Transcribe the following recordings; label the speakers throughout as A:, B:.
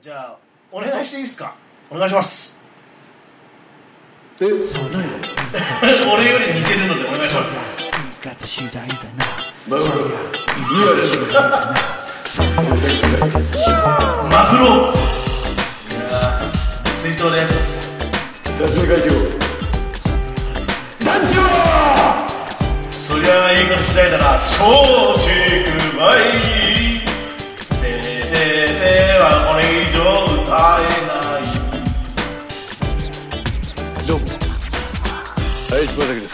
A: じゃあお願いしていいですかお願いします
B: え
A: 俺より似てるのでお願いします
C: 言い方次第だな
A: マグロいやー水筒です
B: 雑誌会長団長
A: そりゃあいい方次第だな松竹梅てててはこれ以上歌えない
B: どうもはい柴崎です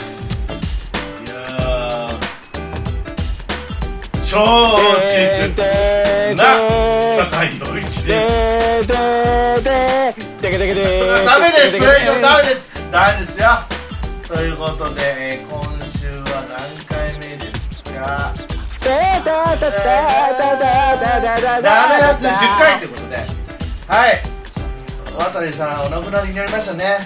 A: いやー松竹
B: で
A: な酒井陽一です
B: でででででで
A: ダメですそれ以上ダメですダメですよということで、えー今週は何回目ですかダメだって10回ということではい渡部さんお亡くなりになりましたね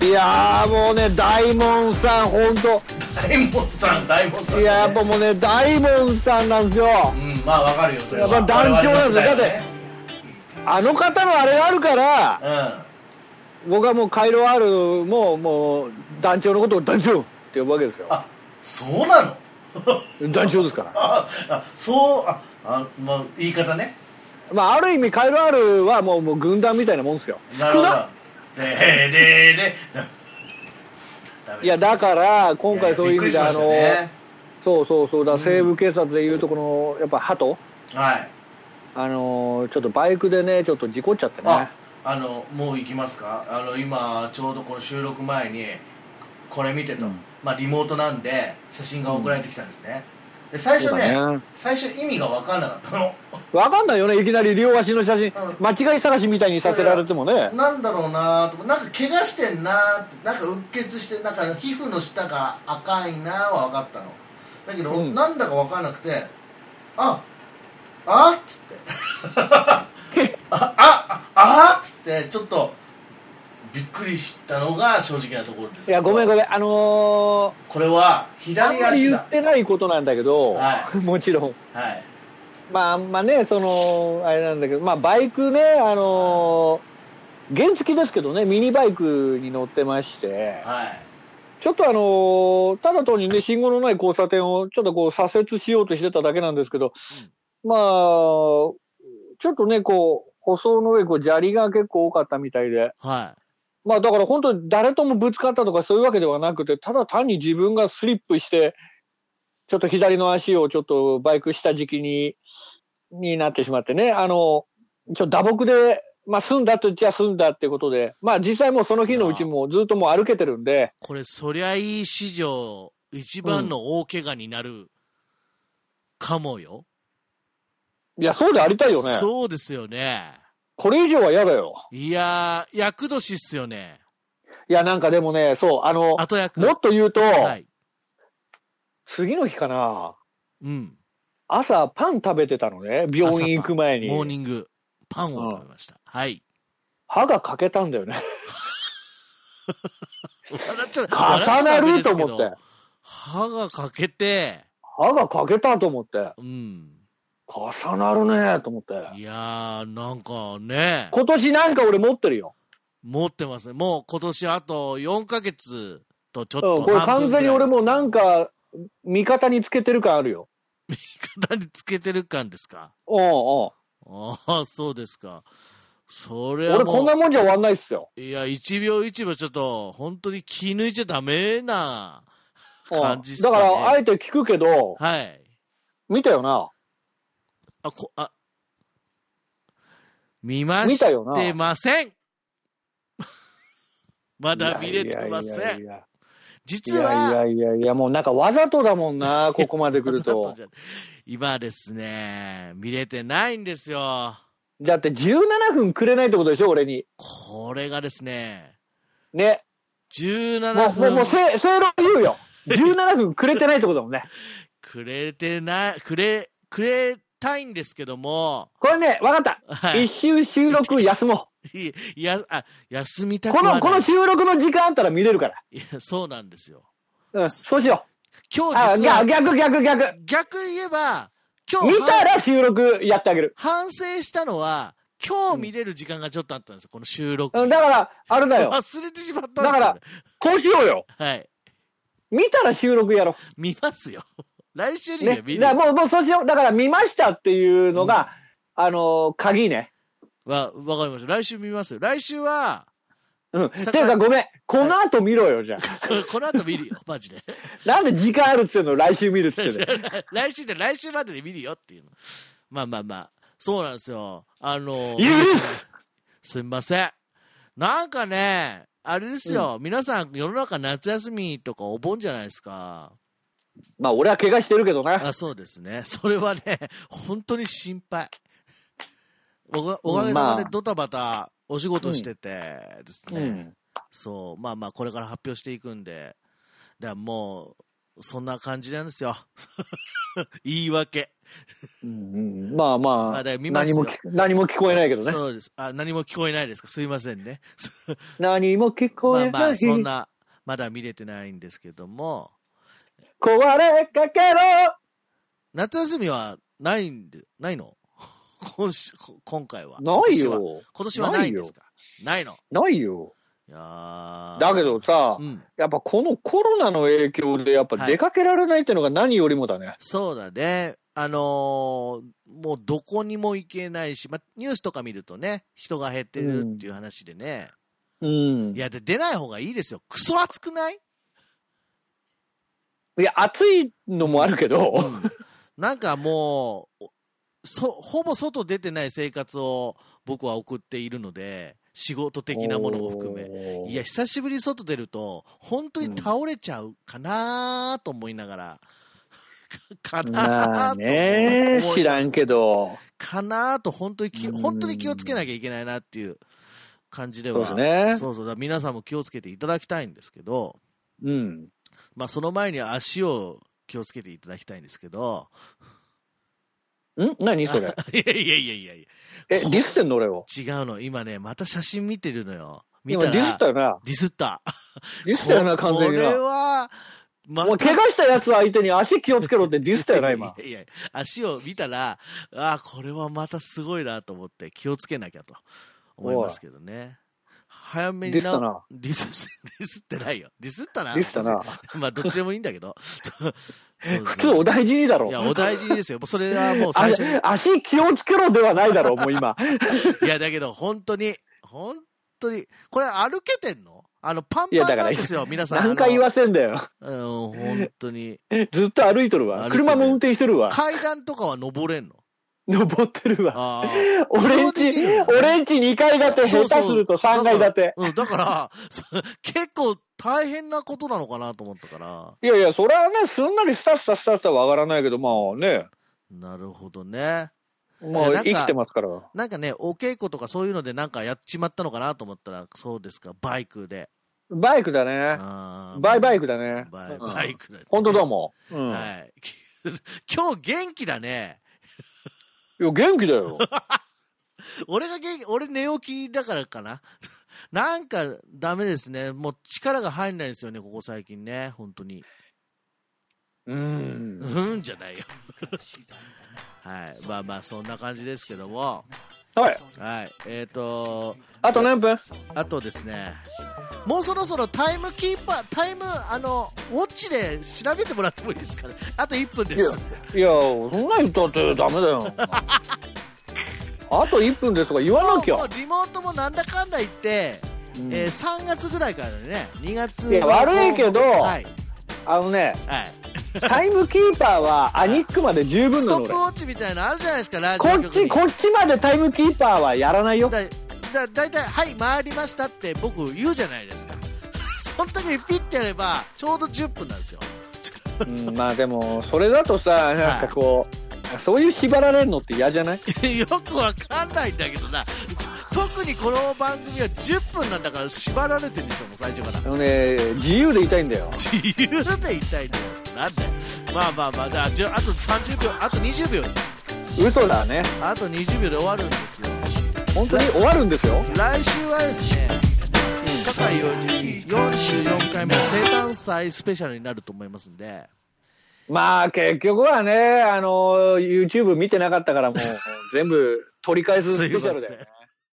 B: いやーもうね大門さん本当
A: 大門さん大門さん、
B: いややっぱもうね大門さんなんですよ
A: うんまあわかるよそれは
B: やっぱ団長なんです
A: 我々の世代は
B: あの方のあれがあるから
A: ね
B: 僕はもうカイロアールももう団長のことを団長って呼ぶわけですよ
A: うんあそうなの
B: 団長ですから
A: ああそうああまあ言い方ね
B: まあある意味カイロアールはもうもう軍団みたいなもんですよ
A: なるほ
B: 少
A: ど
B: な
A: でででダメです
B: いやだから今回そういう意味で
A: や
B: あ
A: やびっくりしました
B: の
A: ね
B: そうそうそうだから西部警察でいうとこのやっぱ鳩
A: はい
B: あのーちょっとバイクでねちょっと事故っちゃってね
A: ああのもう行きますかあの今ちょうどこの収録前にこれ見てと、
B: うん
A: まあ、リモートなんで写真が送られてきたんですね、で最初
B: そうだ
A: ね
B: ね
A: 最初意味が分かんなかったの
B: わかんないよねいきなり両足の写真
A: う
B: 間違い探しみたいにさせられてもね
A: なんだろうなとかなんか怪我してんなーってなんかうっ血してなんか皮膚の下が赤いなーは分かったのだけど、
B: うん
A: なんだか分かんなくてああっつ ってあああっつってちょっとびっくりしたのが正直なところです
B: いやごめんごめんあの
A: これは
B: ー、あん
A: 左
B: まり
A: 足
B: 言
A: だ
B: ってないことなんだけど、
A: は
B: もちろん
A: はい
B: まああんまねそのあれなんだけどまあバイクねあのー原付きですけどねミニバイクに乗ってまして
A: はい
B: ちょっとあのーただ単にね信号のない交差点をちょっとこう左折しようとしてただけなんですけど、まあちょっとねこう舗装の上こう砂利が結構多かったみたいで
A: は
B: まあだから本当に誰ともぶつかったとかそういうわけではなくて、ただ単に自分がスリップして、ちょっと左の足をちょっとバイク下敷きに、になってしまってね、あの、ちょっと打撲で、まあ済んだと言っちゃ済んだってことで、まあ実際もうその日のうちもずっともう歩けてるんで、
D: これ、そりゃいい史上、一番の大怪我になるかもよ。
B: いや、そうでありたいよね。
D: そうですよね。
B: これ以上は嫌だよ。
D: いやー、厄年っすよね。
B: いや、なんかでもね、そう、あの、
D: あと役。
B: もっと言うと、
D: はい。
B: 次の日かな、
D: うん。
B: 朝パン食べてたのね、病院行く前に。
D: モーニング、パンを食べました。はい。
B: 歯が欠けたんだよね。
D: 重
B: 重なると思って。。
D: 歯が欠けて、
B: 歯が欠けたと思って、
D: うん。
B: 重なるねと思って。
D: いやー、なんかね、
B: 今年なんか俺持ってるよ。
D: 持ってますね。もう今年あと4ヶ月とちょっ
B: う
D: と
B: ん、これ完全に俺もうなん
D: か。
B: か、味方につけてる感あるよ。
D: 肩につけてる感ですか
B: うんうん。
D: ああ、そうですか。それは
B: 俺こ
D: も
B: んなもんじゃ終わんないっすよ。
D: う、いや、1秒1秒ちょっと、本当に気抜いちゃダメな
B: うん
D: 感じっす
B: だ
D: か、
B: か
D: ね。
B: ら、あえて聞くけど、
D: はい。
B: 見たよな。
D: あ、こ、あ、見ま
B: 見
D: した
B: よな
D: てません まだ見れてま
B: いや
D: せ
B: い
D: ん。
B: やい
D: 実は、
B: やいやいやいやいや、もうなんかわざとだもん な、ここまで来る
D: わざ
B: と
D: と。じゃ今ですね、見れてないんですよ。
B: だって17分くれないってことでしょ、俺に。
D: これがですね、
B: ね。
D: 17
B: もう、もう、もう、
D: 分
B: せ正論言 うよ。17分くれてないってことだもんね。
D: くれてない、くれ、くれたいんですけども、
B: これね、わかった。
D: はい
B: 一周収録休も
D: いや、あ、休み
B: う。
D: たく
B: こ
D: はな
B: の、
D: い。
B: この収録の時間あったら見れるから。
D: いやそうなんですよ。
B: うん、そうしよう。
D: 今
B: あ、
D: 日
B: い
D: 実
B: や
D: は、
B: 逆、逆、逆。
D: 逆言えば、今
B: 見
D: 日
B: たら収録やってあげる。
D: 反省したのは、今日見れる時間がちょっとあったんですよ、この収録
B: うん。だから、あれ だよ。
D: 忘れてしまったんです
B: だ
D: よ
B: か、こうしようよ。
D: 俺はい。
B: 見たら収録やろ
D: 見ますよ。来週
B: う。
D: には
B: ね。
D: 見
B: だ
D: る
B: からもう、もうそうしよう。だから見ましたっていうのが、あのー、鍵ね。
D: わ、わかりました。来週見ますよ。来週は、
B: うん。てい
D: さ
B: う
D: か
B: かごめん。この後見ろよ、じゃあ。
D: この後見るよ、マジで。
B: なんで時間あるっつうの来週見るっ つってね。
D: 来週じゃ来週までに見るよっていうの。まあまあまあ。そうなんですよ。あの
B: 許す
D: すみません。なんかね、あれですよ、皆さん、世の中夏休みとかお盆じゃないですか。
B: まあ俺は怪我してるけどな。
D: あそうですね。 それはね、本当に心配。おかおかげ
B: ま
D: さま
B: あ
D: でドタバタお仕事しててです
B: う
D: ね。
B: ん。
D: そう、まあまあ、これから発表していくんで、だからもう、そんな感じなんですよ。 言い訳。
B: うんうんまあま
D: まあ
B: あ、
D: だから見ます
B: 何
D: よ
B: も聞何も聞こえないけどね。
D: そうです。あ、何も聞こえないですか。すいませんね。
B: 何も聞こ
D: まあ
B: えない。
D: まあ、そんな、まだ見れてないんですけども、
B: 壊れかけろ
D: 夏休みはないんで、ないの 今週こ今回は。
B: ない
D: 今年は。
B: よ。
D: 今年はないんですかないの。
B: ないよ。
D: いやー
B: だけど、さ
D: う、ん。
B: やっぱこのコロナの影響で、やっぱ出かけられないっていうのが何よりもだね。
D: そうだね。あのーもうどこにも行けないし、まあ、ニュースとか見るとね、人が減ってるっていう話でね。
B: う
D: い
B: ん。い
D: や、で、出ない方がいいですよ。クソ暑くない
B: や、暑いのもあるけ
D: う
B: ど、
D: ん なんかもうそほぼ外出てない生活を僕は送っているので仕事的なものも含め
B: め
D: いや、久しぶりに外出ると本当に倒れちゃうかなと思いながら、 か
B: ま
D: なー
B: あ
D: と
B: ね、
D: 思い
B: 知らんけど。
D: かなーと本当に気
B: うん
D: 本当に気をつけなきゃいけないなっていう感じで
B: そうで
D: は
B: すね。
D: そうそうだから皆さんも気をつけていただきたいんですけど、
B: うん。
D: まあ、その前に足を気をつけていただきたいんですけど
B: ん何そ れ。
D: いやいやいやいやいや
B: え、ディスってんの俺を。
D: 違うの今ねまた写真見てるのよ見
B: 今
D: たら
B: ディスったよな。
D: ディスった
B: ディスったよな、完全に
D: ここれ
B: な。
D: はま
B: もう怪我したやつ相手に足気をつけろってディスったよな、今。
D: いやいやいや足を見たらあーこれはまたすごいなと思って気をつけなきゃと思いますけどね早め
B: デ
D: に
B: ィスったな。
D: ディス ディスってないよディスったな
B: ディスったな。
D: まあどっちでもいいんだけど そうそう
B: 普通お大事にだろ
D: い。やお大事にですよそれはもう
B: あ
D: 最初に
B: 足気をつけろではない だろう、もう今。
D: いや、だけど、本当に、本当に、これ歩けてんのあの、パン
B: いや
D: パ
B: だ
D: ン
B: か
D: な
B: ら
D: んですよ、皆さん。
B: 何回言わせんだよ。
D: あのうん、本当に。
B: ずっと歩いとるわ。
D: 歩いてる
B: 車も運転して るわ。
D: 階段とかは登れんの
B: 登ってるわ。
D: あ
B: 俺んち
D: 自動できる、よね
B: 俺んち2階建て、
D: そ
B: 下
D: うそう
B: 手すると3階建て
D: あ。。うん、だから、 そ結構大変なことなのかなと思ったから。
B: いやいや、それはね、すんなりスタスタスタスタは上がらないけど、まあね、
D: なるほどね。
B: まあ
D: いやなんか
B: 生きてますから。
D: なんかね、お稽古とかそういうのでなんかやっちまったのかなと思ったら、そうですか、バイクで。
B: バイクだね。バイバイ
D: ク。
B: クだね。
D: バイ
B: うん
D: バイクで。
B: 本当どうも。うん。い
D: はい。 今日元気だね。
B: や、元気 だよ。
D: 俺が元気、俺寝起きだからかな。 なんかダメですね。もう力が入んないですよね、ここ最近ね。本当に。
B: うん。
D: うんじゃないよ。はい。まあまあ、そんな感じですけども。
B: はい。
D: はい。えっ、と、
B: あと何分
D: あとですね、もうそろそろタイムキーパー、タイム、あの、ウォッチで調べてもらってもいいですかね。あと1分で
B: いや
D: す。、
B: いや、そんなん言ったってダメだ よ。あと1分ですとか言わなき
D: も
B: ゃ
D: う。リモートもなんだかんだ言って、
B: うん
D: えー3月ぐらいからね、2月の
B: いや悪いけど
D: はい。
B: あのね、
D: はい。
B: タイムキーパーはアニックまで十分
D: ス
B: な
D: ト
B: の
D: ップウォッチみたいなのあるじゃないですか、ラジオ
B: 俺。こっ
D: 局
B: ち、
D: に
B: こっちまでタイムキーパーはやら ないよ。
D: だだだいたい、はい、回りましたって僕言うじゃないですか。 その時にピッてやれば、ちょうど10分なんですよ。
B: うんまあでも、それだとさ、なんかこう、そういう縛られるのって嫌じゃない
D: よくわかんないんだけどな。特にこの番組は10分なんだから縛られてるんでしょ、もう最初から
B: あ。のね、自由でいたいんだよ。
D: 自由でいたいんだよ。なんだよ。まあまあまあ、だじゃああと30秒、あと20秒です。
B: 嘘だね。
D: あと20秒で終わるんですよ。
B: 本当に終わるんですよ。
D: 来週はですね酒井陽一44回目の生誕祭スペシャルになると思いますんで
B: まあ結局はね、あの、YouTube 見てなかったからもう、全部取り返す
D: す
B: ス
D: いま
B: ペシ
D: せ
B: ャルだよ
D: ん
B: ね。